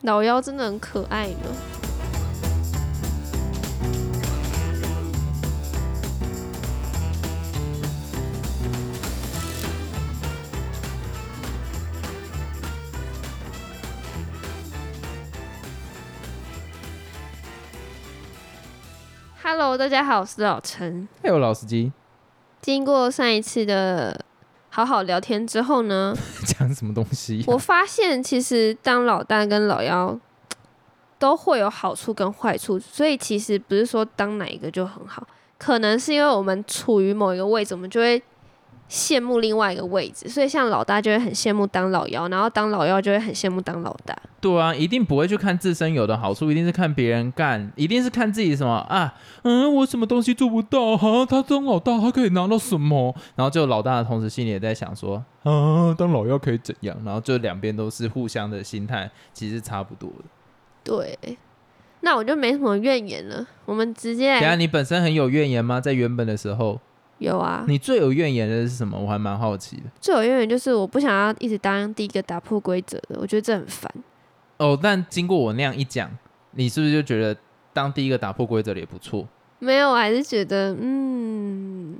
老妖真的很可爱呢。Hello，大家好，我是老陈。还有哎老司机 经过上一次的好好聊天之后呢，讲什么东西、我发现其实当老大跟老幺都会有好处跟坏处，所以其实不是说当哪一个就很好，可能是因为我们处于某一个位置，我们就会羡慕另外一个位置，所以像老大就会很羡慕当老幺，然后当老幺就会很羡慕当老大。对啊，一定不会去看自身有的好处，一定是看别人干，一定是看自己什么啊？嗯，我什么东西做不到？啊，他当老大，他可以拿到什么？然后就老大的同时心里也在想说，啊，当老幺可以怎样？然后就两边都是互相的心态，其实差不多的。对，那我就没什么怨言了，我们直接等一下来。你本身很有怨言吗？在原本的时候，有啊，你最有怨言的是什么？我还蛮好奇的。最有怨言就是我不想要一直当第一个打破规则的，我觉得这很烦。哦，但经过我那样一讲，你是不是就觉得当第一个打破规则的也不错？没有，我还是觉得，嗯，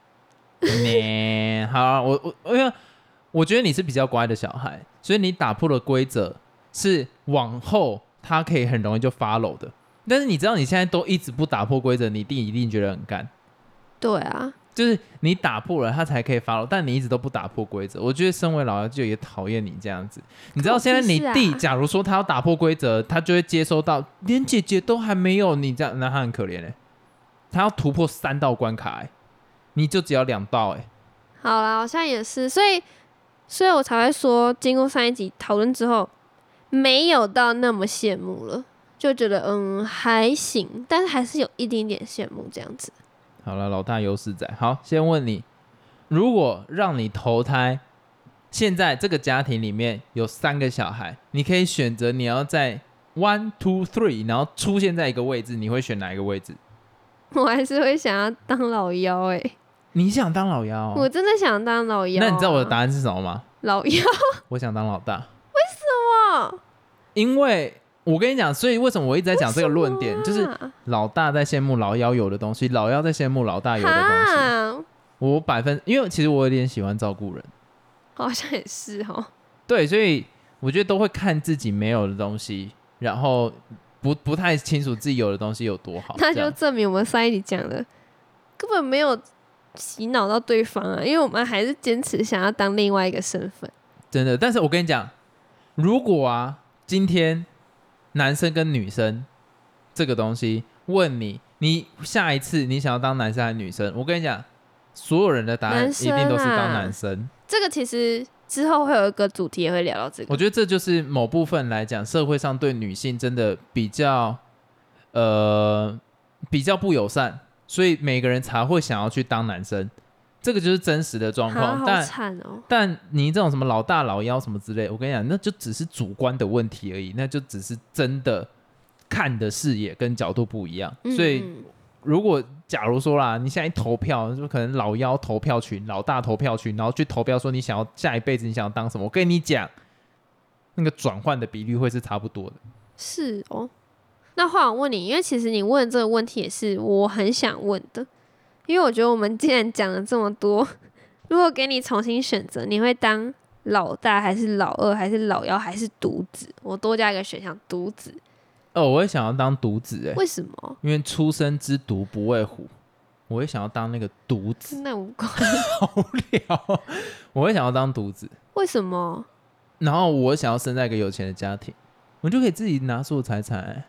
呢，好、啊，我我因为我觉得你是比较乖的小孩，所以你打破了规则，是往后他可以很容易就 follow 的。但是你知道你现在都一直不打破规则，你弟一定觉得很干。对啊，就是你打破了，他才可以 follow，但你一直都不打破规则。我觉得身为老幺就也讨厌你这样子。你知道现在你关我屁弟，事啊假如说他要打破规则，他就会接收到连姐姐都还没有你这样，那他很可怜哎、他要突破三道关卡、欸，你就只要两道哎、好啦，好像也是，所以，所以我才会说，经过上一集讨论之后，没有到那么羡慕了，就觉得嗯还行，但是还是有一点点羡慕这样子。 好了，老大优势在。好，先问你，如果让你投胎，现在这个家庭里面有三个小孩，你可以选择你要在 one two three，然后出现在一个位置，你会选哪一个位置？我还是会想要当老妖哎、你想当老幺、我真的想当老妖、哦啊那你知道我的答案是什么吗？老妖我想当老大， 哇？因为我跟你讲，所以为什么我一直在讲这个论点，就是啊老大在羡慕老幺有的东西，老幺在羡慕老啊大有的东西。哈，我百分，因为其实我有点喜欢照顾人。好像也是哦。对，所以我觉得都会看自己没有的东西，然后不不太清楚自己有的东西有多好。 那这就样证明我们上一集讲的根本没有洗脑到对方啊，因为我们还是坚持想要当另外一个身份。真的，但是我跟你讲，如果啊，今天男生跟女生这个东西问你，你下一次你想要当男生还是女生？我跟你讲，所有人的答案男一生定都是啊当男生。这个其实之后会有一个主题也会聊到这我个。觉得这就是某部分来讲，社会上对女性真的比较呃比较不友善，所以每个人才会想要去当男生，这个就是真实的状啊况。好但惨哦！但你这种什么老大老幺什么之类，我跟你讲，那就只是主观的问题而已，那就只是真的看的视野跟角度不一样。所以嗯如果假如说啦，你现在投票，就可能老幺投票群、老大投票群，然后去投票说你想要下一辈子你想要当什么，我跟你讲，那个转换的比率会是差不多的。是哦。那话我问你，因为其实你问这个问题也是我很想问的，因为我觉得我们既然讲了这么多， 如果给你重新选择，你会当老大还是老二还是老幺还是独子？我多加一个选项，独子。哦，我也想要当独子哎、为什么？因为出生之犊不畏虎，我也想要当那个独子，真的无关。好无聊，我也想要当独子。 为什么？然后我想要生在一个有钱的家庭，我就可以自己拿出我财产、欸。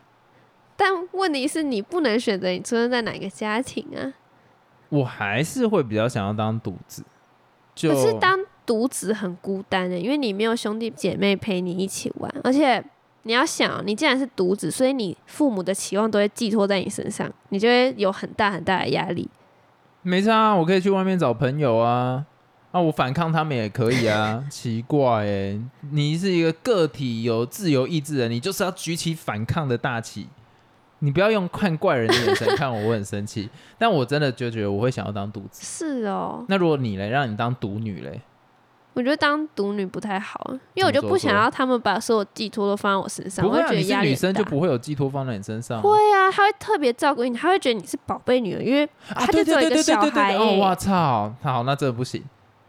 但问题是你不能选择你出生在哪个家庭啊。我还是会比较想要当独子，就可是当独子很孤单的、欸因为你没有兄弟姐妹陪你一起玩，而且你要想，你既然是独子，所以你父母的期望都会寄托在你身上，你就会有很大很大的压力。没差、啊，我可以去外面找朋友啊，啊，我反抗他们也可以啊。奇怪哎、你是一个个体有自由意志的人，你就是要举起反抗的大旗。你不要用看怪人的眼神看我，我很生气。但我真的就觉得我会想要当独子。是哦，那如果你嘞，让你当独女嘞，我觉得当独女不太好，因为我就不想要他们把所有寄托都放在我身上，不我会会啊，觉得你是压力女很生就大。不会有寄托放在你身上啊。会啊，他会特别照顾你，他会觉得你是宝贝女儿，因为啊，他对就对只有对一个对对小对孩对，哦，欸我操，好，那这不行。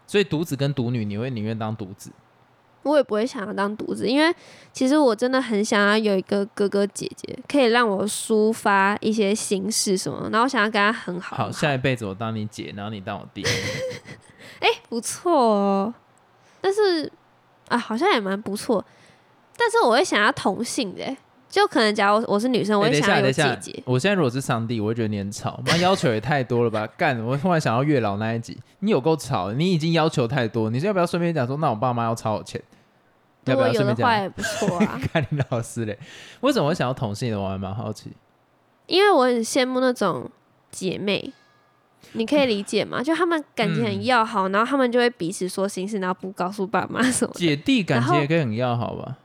所以独子跟独女，你会宁愿当独子？我也不会想要当独子，因为其实我真的很想要有一个哥哥姐姐，可以让我抒发一些心事什么，然后我想要跟他很好。好，下一辈子我当你姐，然后你当我弟。不错哦，但是啊，好像也蛮不错。但是我会想要同性的欸，就可能假如我是女生，我哎会等一想下，要等有一下姐姐。，我现在如果是上帝，我会觉得你很吵，妈要求也太多了吧？ 干，我突然想到月老那一集，你有够吵，你已经要求太多，你是要不要顺便讲说，那我爸妈要超我钱？要如不果要顺有的便话 讲？，也不错啊看你老师嘞，为什么会想要同性的？我还蛮好奇。因为我很羡慕那种姐妹，你可以理解吗？就她们感情嗯很要好，然后她们就会彼此说心事，然后不告诉爸妈什么的，姐弟感然情后也可以很要好吧？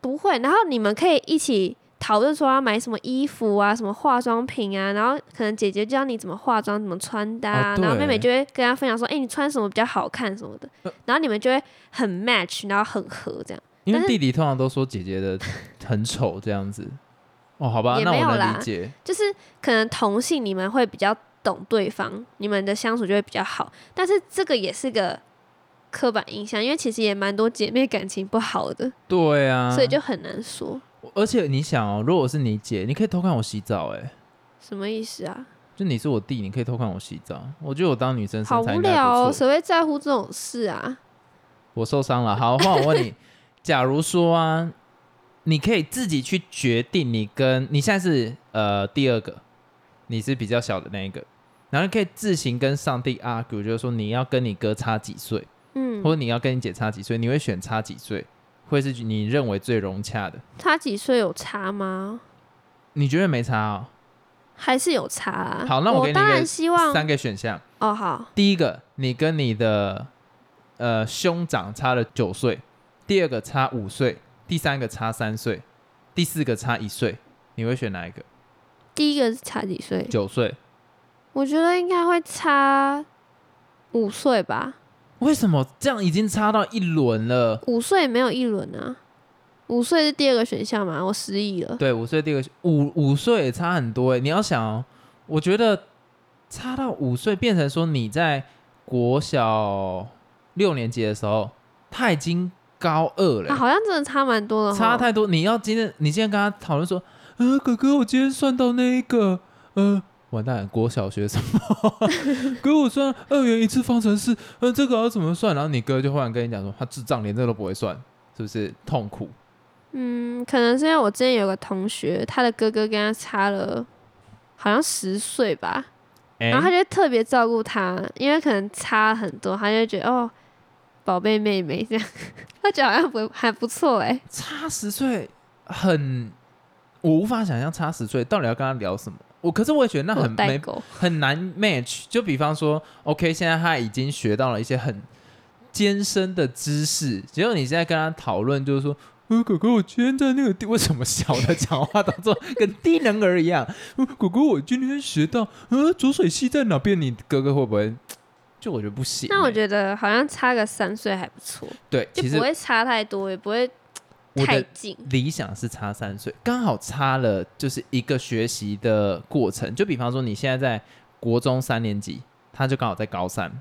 不会。然后你们可以一起讨论说要买什么衣服啊，什么化妆品啊，然后可能姐姐教你怎么化妆、怎么穿搭啊、哦对然后妹妹就会跟她分享说，哎、你穿什么比较好看什么的呃，然后你们就会很 match，然后很合这样。因为但是弟弟通常都说姐 姐的很丑这样子。哦，好吧，也那没有我能啦理解。就是可能同性你们会比较懂对方，你们的相处就会比较好。但是这个也是个刻板印象，因为其实也蛮多姐妹感情不好的，对啊，所以就很难说而且你想哦，如果我是你姐，你可以偷看我洗澡、哎，什么意思啊。就你是我弟，你可以偷看我洗澡。我觉得我当女生好身材无应该聊不哦，错。谁会在乎这种事啊？我受伤了，好，换我 问你，假如说啊，你可以自己去决定你跟你现在是呃第二个，你是比较小的那一个，然后你可以自行跟上帝 argue，就是说你要跟你哥差几岁。嗯或，者你要跟你姐差几岁，你会选差几岁，会是你认为最融洽的？差几岁有差吗？你觉得没差哦？还是有差啊？好那我我给你一个当然希望三个选项，哦，好，第一个，你跟你的呃兄长差了九岁；第二个差五岁；第三个差三岁；第四个差一岁。你会选哪一个？第一个是差几岁？九岁？我觉得应该会差五岁吧，为什么这样已经差到一轮了？五岁没有一轮啊，五岁是第二个选项嘛，我失忆了。对，五岁第二个五五岁也差很多哎、你要想、哦，我觉得差到五岁变成说你在国小六年级的时候，他已经高二了啊，欸、好像真的差蛮多的齁，差太多。你要今天你今天跟他讨论说，呃，哥哥，我今天算到那一个，呃。完蛋，国小学什么？ 哥，我算二元一次方程式，呃，这个要怎么算？然后你哥就忽然跟你讲说，他智障连这个都不会算，是不是痛苦？嗯，可能是因为我之前有个同学，他的哥哥跟他差了好像十岁吧，哎、然后他就特别照顾他，因为可能差很多，他就觉得哦，宝贝妹妹这样，他觉得好像不还不错哎、差十岁很，我无法想象差十岁到底要跟他聊什么。我可是我也觉得那我很代没沟。很难 match。就比方说，OK，现在他已经学到了一些很艰深的知识，结果你现在跟他讨论，就是说。呃，哥哥，我今天在那个地，为什么小的讲话当做跟低能儿一样？呃，哥哥，我今天学到，呃，浊水溪在哪边？你哥哥会不会？就我觉得不行欸、那我觉得好像差个三岁还不错，对，就其实不会差太多，也不会我太的近。理想是差三岁，刚好差了就是一个学习的过程。就比方说，你现在在国中三年级，他就刚好在高三，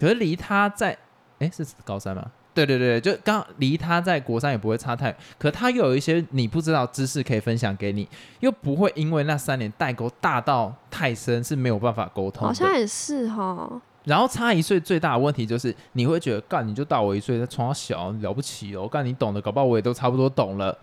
可是离他在哎是高三吗？对对对，就刚好离他在国三也不会差太，可他又有一些你不知道知识可以分享给你，又不会因为那三年代沟大到太深是没有办法沟通的。好像也是哈，然后差一岁最大的问题就是，你会觉得干你就大我一岁，他从小小了不起哦，干你懂的，搞不好我也都差不多懂了。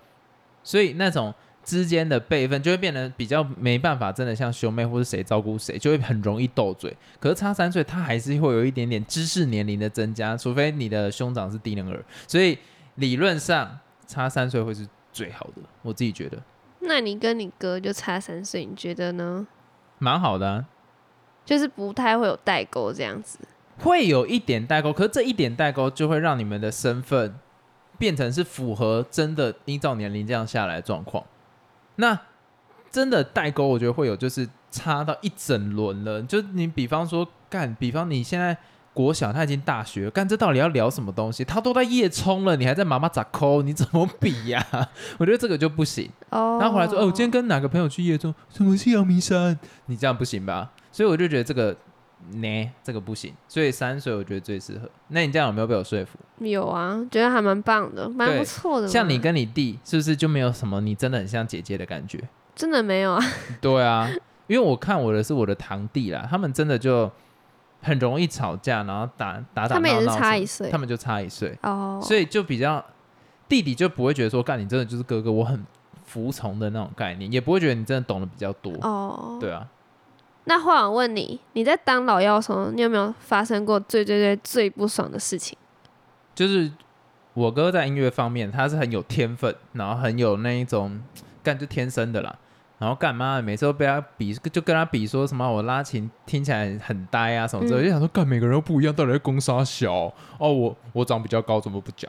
所以那种之间的辈分就会变得比较没办法，真的像兄妹或是谁照顾谁，就会很容易斗嘴。可是差三岁，他还是会有一点点知识年龄的增加，除非你的兄长是低能儿。所以理论上差三岁会是最好的，我自己觉得那你跟你哥就差三岁，你觉得呢？蛮好的啊、就是不太会有代沟这样子。会有一点代沟，可是这一点代沟就会让你们的身份变成是符合真的依照年龄这样下来的状况。那真的代沟，我觉得会有，就是差到一整轮了。就你比方说干，比方你现在国小，他已经大学，干这到底要聊什么东西？他都在夜冲了，你还在妈妈咋抠？你怎么比呀、 我觉得这个就不行。哦，然后回来说，哦，我今天跟哪个朋友去夜冲，什么是阳明山？你这样不行吧？所以我就觉得这个，呢，这个不行。所以三岁我觉得最适合。那你这样有没有被我说服？有啊，觉得还蛮棒的，蛮对不错的嘛。像你跟你弟，是不是就没有什么你真的很像姐姐的感 觉？真的没有啊，对啊，因为我看我的是我的堂弟啦，他们真的就很容易吵架，然后打打打闹闹什么，他们也是差一岁他们就差一岁，哦，所以就比较弟弟就不会觉得说，干你真的就是哥哥，我很服从的那种概念，也不会觉得你真的懂得比较多，哦，对啊，那换我问你，你在当老妖的时候，你有没有发生过最最最最不爽的事情？就是我哥在音乐方面他是很有天分，然后很有那一种干就天生的啦。然后干嘛？每次都被他比，就跟他比说什么我拉琴听起来很呆啊什么之类的，嗯就想说干每个人都不一样，到底在攻杀小哦？我我长比较高，怎么不讲？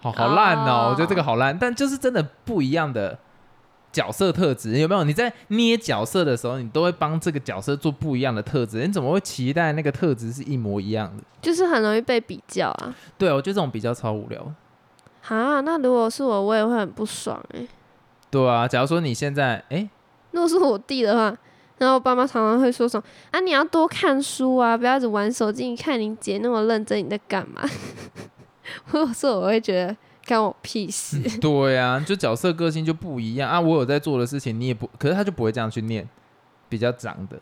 好好烂哦哦我觉得这个好烂，但就是真的不一样的角色特质，有没有？你在捏角色的时候，你都会帮这个角色做不一样的特质，你怎么会期待那个特质是一模一样的？就是很容易被比较啊。对，我觉得这种比较超无聊的。啊，那如果是我，我也会很不爽哎、对啊，假如说你现在 哎、如果是我弟的话，然后我爸妈常常会说什么啊，你要多看书啊，不要只玩手机。你看你姐那么认真，你在干嘛？ 如果是我，我会觉得干我屁事。对啊，就角色个性就不一样啊。我有在做的事情，你也不，可是他就不会这样去念，比较长的，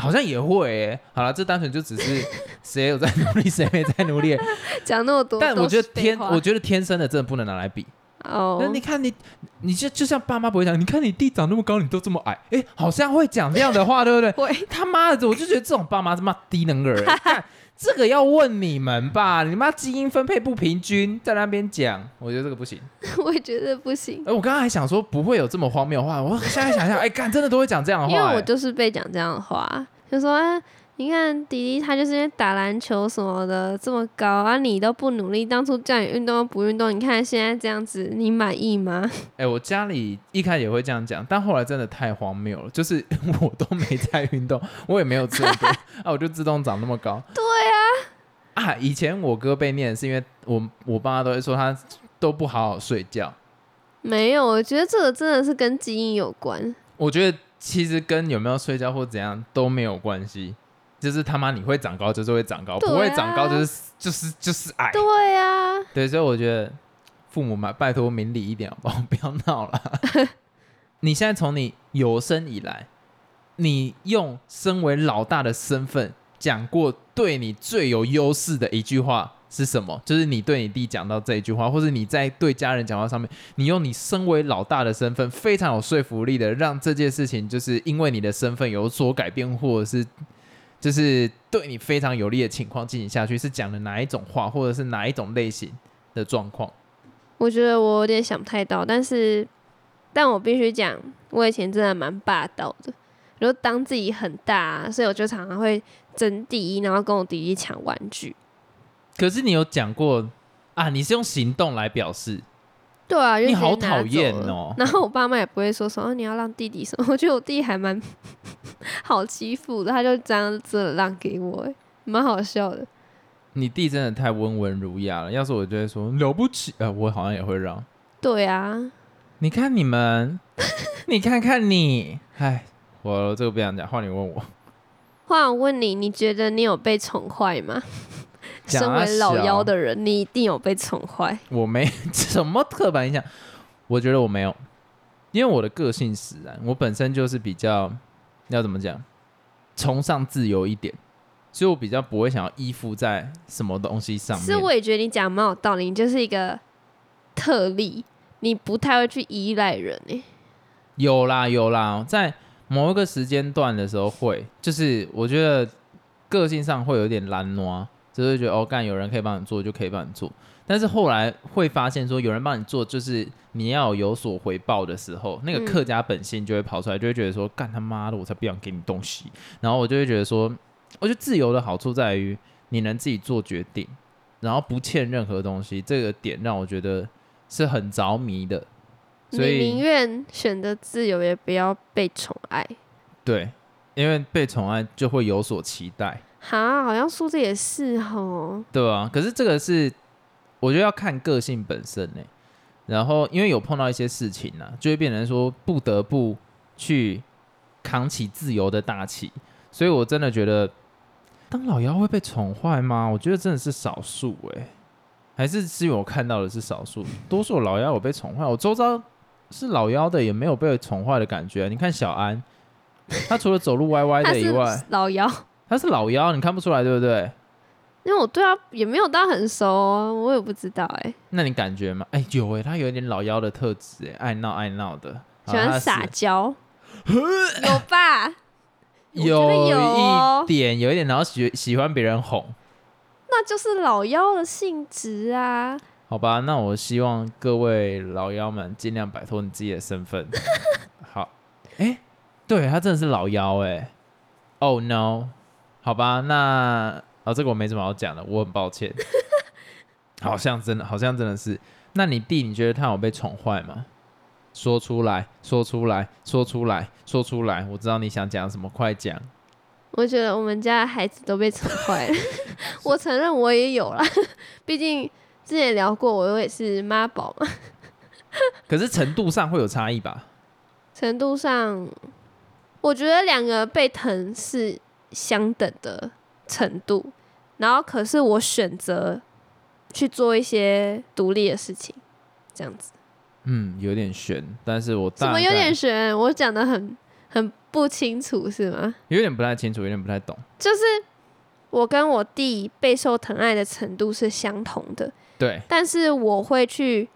好像也会、欸。好了，这单纯就只 是谁有在努力，谁没在努力。讲那么多，但我都觉是得天，废话我觉得天生的真的不能拿来比。哦那、，你看你，你就就像爸妈不会讲，你看你弟长那么高，你都这么矮，哎、好像会讲这样的话，对不对？会他妈的，我就觉得这种爸妈他妈低能儿。干这个要问你们吧，你妈基因分配不平均，在那边讲，我觉得这个不行。 我也觉得不行，哎，我刚刚还想说不会有这么荒谬的话，我现在想 想，哎，干真的都会讲这样的话，因为我哎就是被讲这样的话，就说啊，你看弟弟他就是因为打篮球什么的这么高啊，你都不努力，当初叫你运动又不运动，你看现在这样子，你满意吗？哎，我家里一开始也会这样讲，但后来真的太荒谬了，就是我都没在运动，我也没有做 过啊，我就自动长那么高。对啊，啊，以前我哥被念是因为我我爸都会说他都不好好睡觉，没有，我觉得这个真的是跟基因有关。我觉得其实跟有没有睡觉或怎样都没有关系。就是他妈你会长高，就是会长高；对不会长高，啊就是就是就是矮。对啊，对，所以我觉得父母嘛，拜托明理一点好不好？不 要闹了。你现在从你有生以来，你用身为老大的身份讲过对你最有优势的一句话是什么？就是你对你弟讲到这一句话，或者你在对家人讲话上面，你用你身为老大的身份，非常有说服力的让这件事情，就是因为你的身份有所改变，或者是就是对你非常有利的情况进行下去，是讲的哪一种话，或者是哪一种类型的状况？我觉得我有点想不太到，但是，但我必须讲，我以前真的蛮霸道的，然后当自己很大啊、所以我就常常会争第一，然后跟我弟弟抢玩具。可是你有讲过啊，你是用行动来表示，对啊，就你直接好拿讨走厌了哦 然后我爸妈也不会说什么、哦你要让弟弟什么，我觉得我弟还蛮好欺负的，他就这样子让给我、欸，蛮好笑的。你弟真的太温文儒雅了。要是我就会说了不起，呃，我好像也会让。对啊，你看你们， 你看看你，哎，我这个不想讲，换你问我。话我问你，你觉得你有被宠坏吗？讲身啊为老小妖的人，你一定有被宠坏。我没 什么刻板印象，我觉得我没有，因为我的个性使然，我本身就是比较要怎么讲，崇尚自由一点，所以我比较不会想要依附在什么东西上其实面。我也觉得你讲得蛮有道理，你就是一个特例，你不太会去依赖人欸诶、有啦有啦，在某一个时间段的时候会，就是我觉得个性上会有点懒惰，就是会觉得哦，干有人可以帮你做就可以帮你做。但是后来会发现说，有人帮你做，就是你要有所回报的时候，那个嗯客家本性就会跑出来，就会觉得说，干他妈的，我才不想给你东西。然后我就会觉得说，我觉得自由的好处在于你能自己做决定，然后不欠任何东西，这个点让我觉得是很着迷的。所以你宁愿选择自由，也不要被宠爱。对，因为被宠爱就会有所期待。哈，好像说的也是哦吼，对啊，可是这个是我觉得要看个性本身呢、然后因为有碰到一些事情呢、就会变成说不得不去扛起自由的大旗。所以我真的觉得，当老妖会被宠坏吗？我觉得真的是少数哎、还是是因为我看到的是少数，多数老妖有被宠坏。我周遭是老妖的也没有被宠坏的感觉啊、你看小安，他除了走路歪 歪他的以是外，老姚，他是老妖，你看不出来对不对？因为我对他也没有到很熟、哦，我也不知道哎、那你感觉吗？哎、有哎、他有一点老妖的特质哎、爱闹爱闹的，喜好欢他撒是娇，有吧？我觉得有有哦一点，有一点，然后喜喜欢别人哄，那就是老妖的性质啊。好吧？那我希望各位老妖们尽量摆脱你自己的 身份。好，哎、对他真的是老妖哎、Oh no，好吧，那哦，这个我没什么好讲的，我很 抱歉。好像真的，好像真的是。那你弟，你觉得他有被宠坏吗？说出来，说出来，说出来，说出来！我知道你想讲什么，快讲。我觉得我们家的孩子都被宠坏了， 我承认我也有啦， 毕竟之前聊过，我也是妈宝嘛，可是程度上会有差异吧？程度上，我觉得两个被疼是相等的程度，然后可是我选择去做一些独立的事情，这样子，嗯，有点悬，但是我怎大么有概点悬？我讲的很很不清楚是吗？有点不太清楚，有点不太懂。就是我跟我弟备受疼爱的程度是相同的，对，但是我会去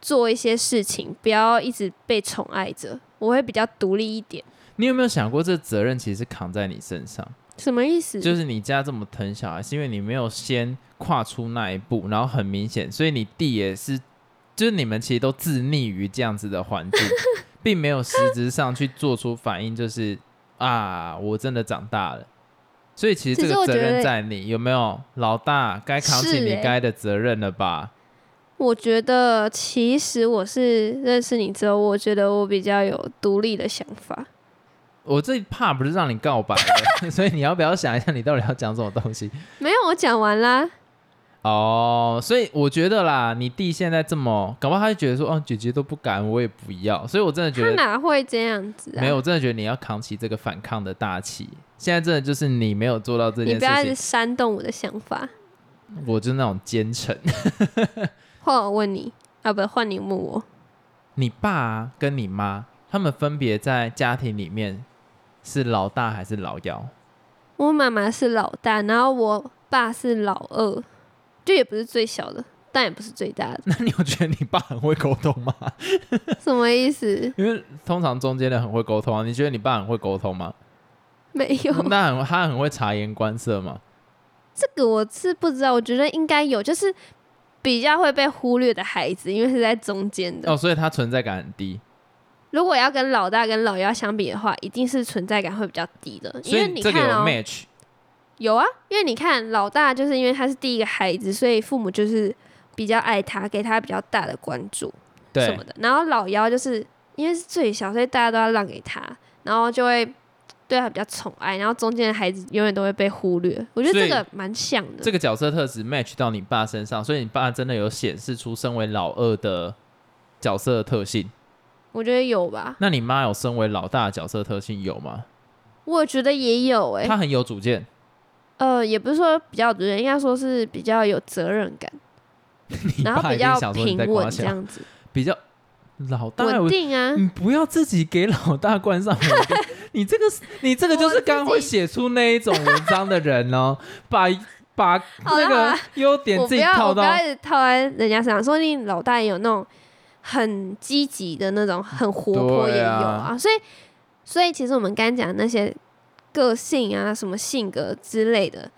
做一些事情，不要一直被宠爱着，我会比较独立一点。你有没有想过，这责任其实是扛在你身上？什么意思？就是你家这么疼小孩，是因为你没有先跨出那一步，然后很明显，所以你弟也是，就是你们其实都自溺于这样子的环 境，并没有实质上去做出反应，就是啊，我真的长大了。所以其实其这实个我责觉任得在你，有没有老大该扛起是你欸该的责任了吧？我觉得其实我是认识你之后，我觉得我比较有独立的想法。我这一怕不是让你告白的， 所以你要不要想一下你到底要讲什么东西？没有，我讲完啦。哦，所以我觉得啦，你弟现在这么，搞不好他就觉得说，哦，姐姐都不敢，我也不要。所以我真的觉他得，哪会这样子啊？没有，，我真的觉得你要扛起这个反抗的大旗。现在真的就是你没有做到这你件不要一事直情，煽动我的想法。我就是那种奸臣。换我问你啊，不，换你问我。 你爸、啊、跟你妈，他们分别在家庭里面是老大还是老幺？，我妈妈是老大，然后我爸是老二，就也不是最小的，但也不是最大的 那你有觉得你爸很会沟通吗？ 什么意思？因为通常中间的很会沟通啊，你觉得你爸很会沟通吗？没 有，那很他很会察言观色嘛。这个我是不知道，我觉得应该有，就是比较会被忽略的孩子，因为是在中间的。哦，所以他存在感很低，如果要跟老大跟老幺相比的话，一定是存在感会比较低的，因所为以你这个有看哦、 match。有啊，因为你看老大就是因为他是第一个孩子，所以父母就是比较爱他，给他比较大的关注。什对么，的。然后老幺就是因为是最小，所以大家都要让给他，然后就会对他比较宠爱，然后中间的孩子永远都会被忽略。我觉得所以这个蛮像的，这个角色特质 match 到你爸身上，所以你爸真的有显示出身为老二的角色特性。我觉得有吧，那你妈有身为老大的角色特性有吗？我觉得也有哎、她很有主见， 呃，也不是说比较有责任，应该说是比较有责任感， 你然后爸一比定较想说你平在夸稳这奖，样子，比较老大。稳我嗯定啊。你不要自己给老大冠上 文章，你这个你这个就是刚会写出那一种文章的人哦，把把好那啦好个啦优点我自不己要，套我不到要一直套在人家身上。说不定老大也有那种很积极的那种，很活泼对啊也有啊。所以，所以其实我们刚刚讲的那些个性啊、什么性格之类的，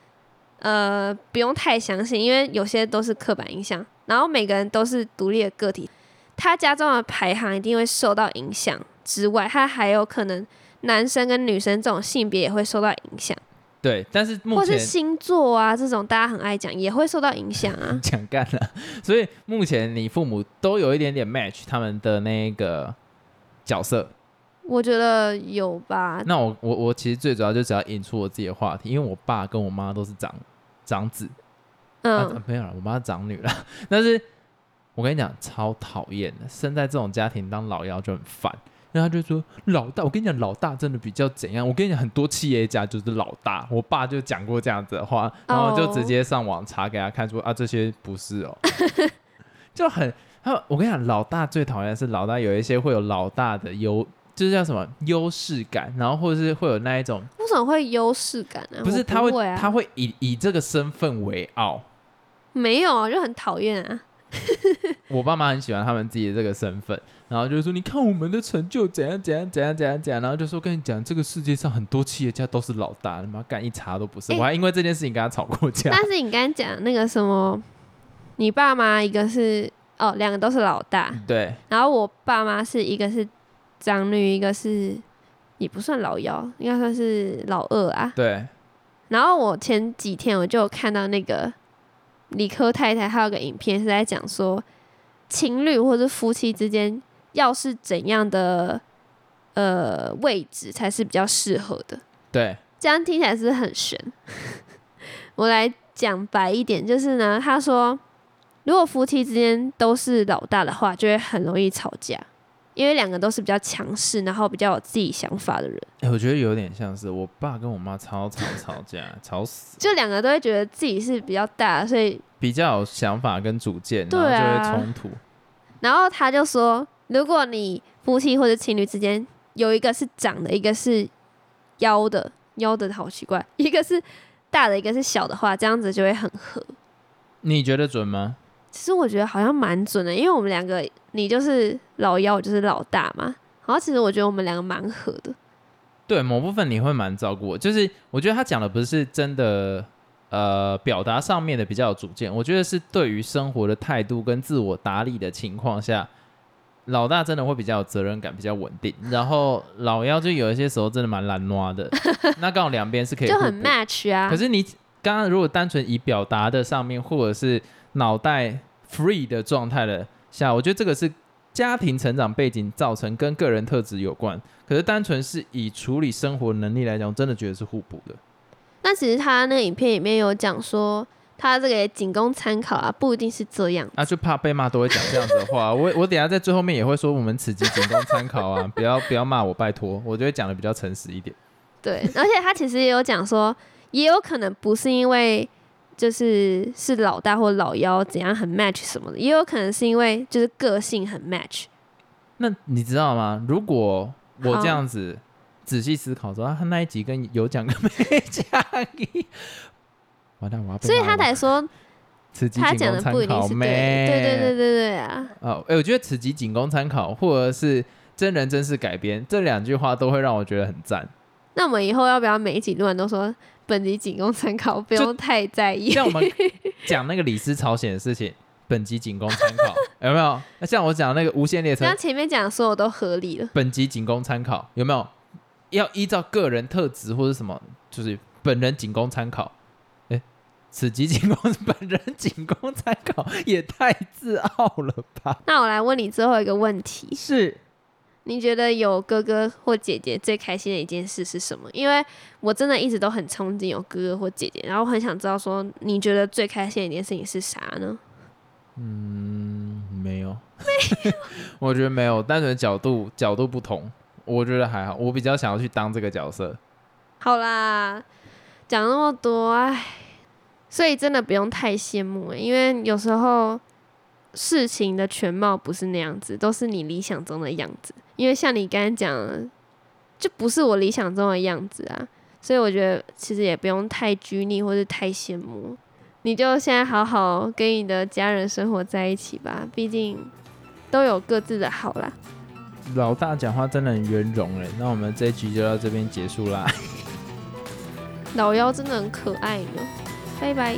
呃，不用太相信，因为有些都是刻板印象。然后每个人都是独立的个体，他家中的排行一定会受到影响之外，他还有可能男生跟女生这种性别也会受到影响，对，但是目或前是星座啊这种大家很爱讲也会受到影响啊。 想干了，所以目前你父母都有一点点 match 他们的那个角色，我觉得有吧，那我我我其实最主要就只要引出我自己的话题，因为我爸跟我妈都是长长子，啊嗯，没有了，我妈长女了。 但是我跟你讲，超讨厌的，生在这种家庭当老幺就很烦。然后他就说老大，我跟你讲，老大真的比较怎样？我跟你讲，很多企业家就是老大。我爸就讲过这样子的话，然后就哦直接上网查给他看说啊，这些不是哦， 就很他。我跟你讲，老大最讨厌的是老大有一些会有老大的优，就是叫什么优势感，然后或者是会有那一种为什么会优势感呢、啊？不是我他会会啊，他会以以这个身份为傲。没有啊，就很讨厌啊。我爸妈很喜欢他们自己的这个身份，然后就说你看我们的成就怎样怎样怎样怎样怎样，然后就说跟你讲，这个世界上很多企业家都是老大，他妈干一茬都不是。欸我还因为这件事情跟他吵过架。但是你刚才讲那个什么，你爸妈一个是哦，两个都是老大，对，然后我爸妈是一个是长女，一个是也不算老幺，应该算是老二啊。对，然后我前几天我就有看到那个理科太太，她有个影片是在讲说，情侣或者夫妻之间要是怎样的呃位置才是比较适合的。对，这样听起来是不是很悬？ 我来讲白一点，就是呢，他说，如果夫妻之间都是老大的话，就会很容易吵架，因为两个都是比较强势，然后比较有自己想法的人，哎、我觉得有点像是我爸跟我妈超吵吵架，吵死，就两个都会觉得自己是比较大，所以，比较有想法跟主见，然对后就啊会冲突。然后他就说，如果你夫妻或者情侣之间有一个是长的，一个是腰的，腰的好奇怪， 一个是大的，一个是小的话，这样子就会很合。你觉得准吗？其实我觉得好像蛮准的，因为我们两个，你就是老幺，我就是老大嘛。然后其实我觉得我们两个蛮合的，对某部分你会蛮照顾我，就是我觉得他讲的不是真的，呃，表达上面的比较有主见，我觉得是对于生活的态度跟自我打理的情况下，老大真的会比较有责任感，比较稳定，然后老幺就有一些时候真的蛮懒惰 的，那刚好两边是可以就互很补 match 啊可。是你刚刚如果单纯以表达的上面，或者是脑袋 free 的状态的下，我觉得这个是家庭成长背景造成跟个人特质有关。可是单纯是以处理生活能力来讲，我真的觉得是互补的。那其实他那个影片里面有讲说，他这个也仅供参考啊，不一定是这样。啊，就怕被骂都会讲这样子的话。我我等一下在最后面也会说，我们此集仅供参考啊，不要不要骂我，拜托。我就会讲的比较诚实一点。对，而且他其实也有讲说，也有可能不是因为就是是老大或老幺怎样很 match 什么的，也有可能是因为就是个性很 match。那你知道吗？如果我好这样子仔细思考说，啊他那一集跟有讲跟没讲一，完蛋，我要被所以骂他了才说此啊集他仅讲供的参不一定考是对的。咩对对对对对啊！哦，哎、我觉得此集仅供参考，或者是真人真事改编，这两句话都会让我觉得很 赞。那我们以后要不要每一集录完都说本集仅供参考，不用太在意？像我们讲那个李斯朝鲜的事情，本集仅供参考，有没有？那像我讲那个无限列车像，前面讲的所有都合理了，本集仅供参考，有没有？要依照个人特质或者什么，就是本人仅供参考。哎，此集仅供本人仅供参考， 也太自傲了吧？那我来问你最后一个问题：是，你觉得有哥哥或姐姐最开心的一件事是什么？因为我真的一直都很憧憬有哥哥或姐姐，然后我很想知道说你觉得最开心的一件事情是啥呢？嗯，没有， 我觉得没有，单纯角度角度不同，我觉得还好。我比较想要去当这个角色，好啦，讲那么多，哎唉，所以真的不用太羡慕、欸，因为有时候事情的全貌不是那样子，都是你理想中的样子。因为像你刚才讲的，就不是我理想中的样子啊，所以我觉得其实也不用太拘泥或是太羡慕，你就现在好好跟你的家人生活在一起吧，毕竟都有各自的好啦。老大讲话真的很圆融哎。那我们这一局就到这边结束啦，老妖真的很可爱呢，拜拜。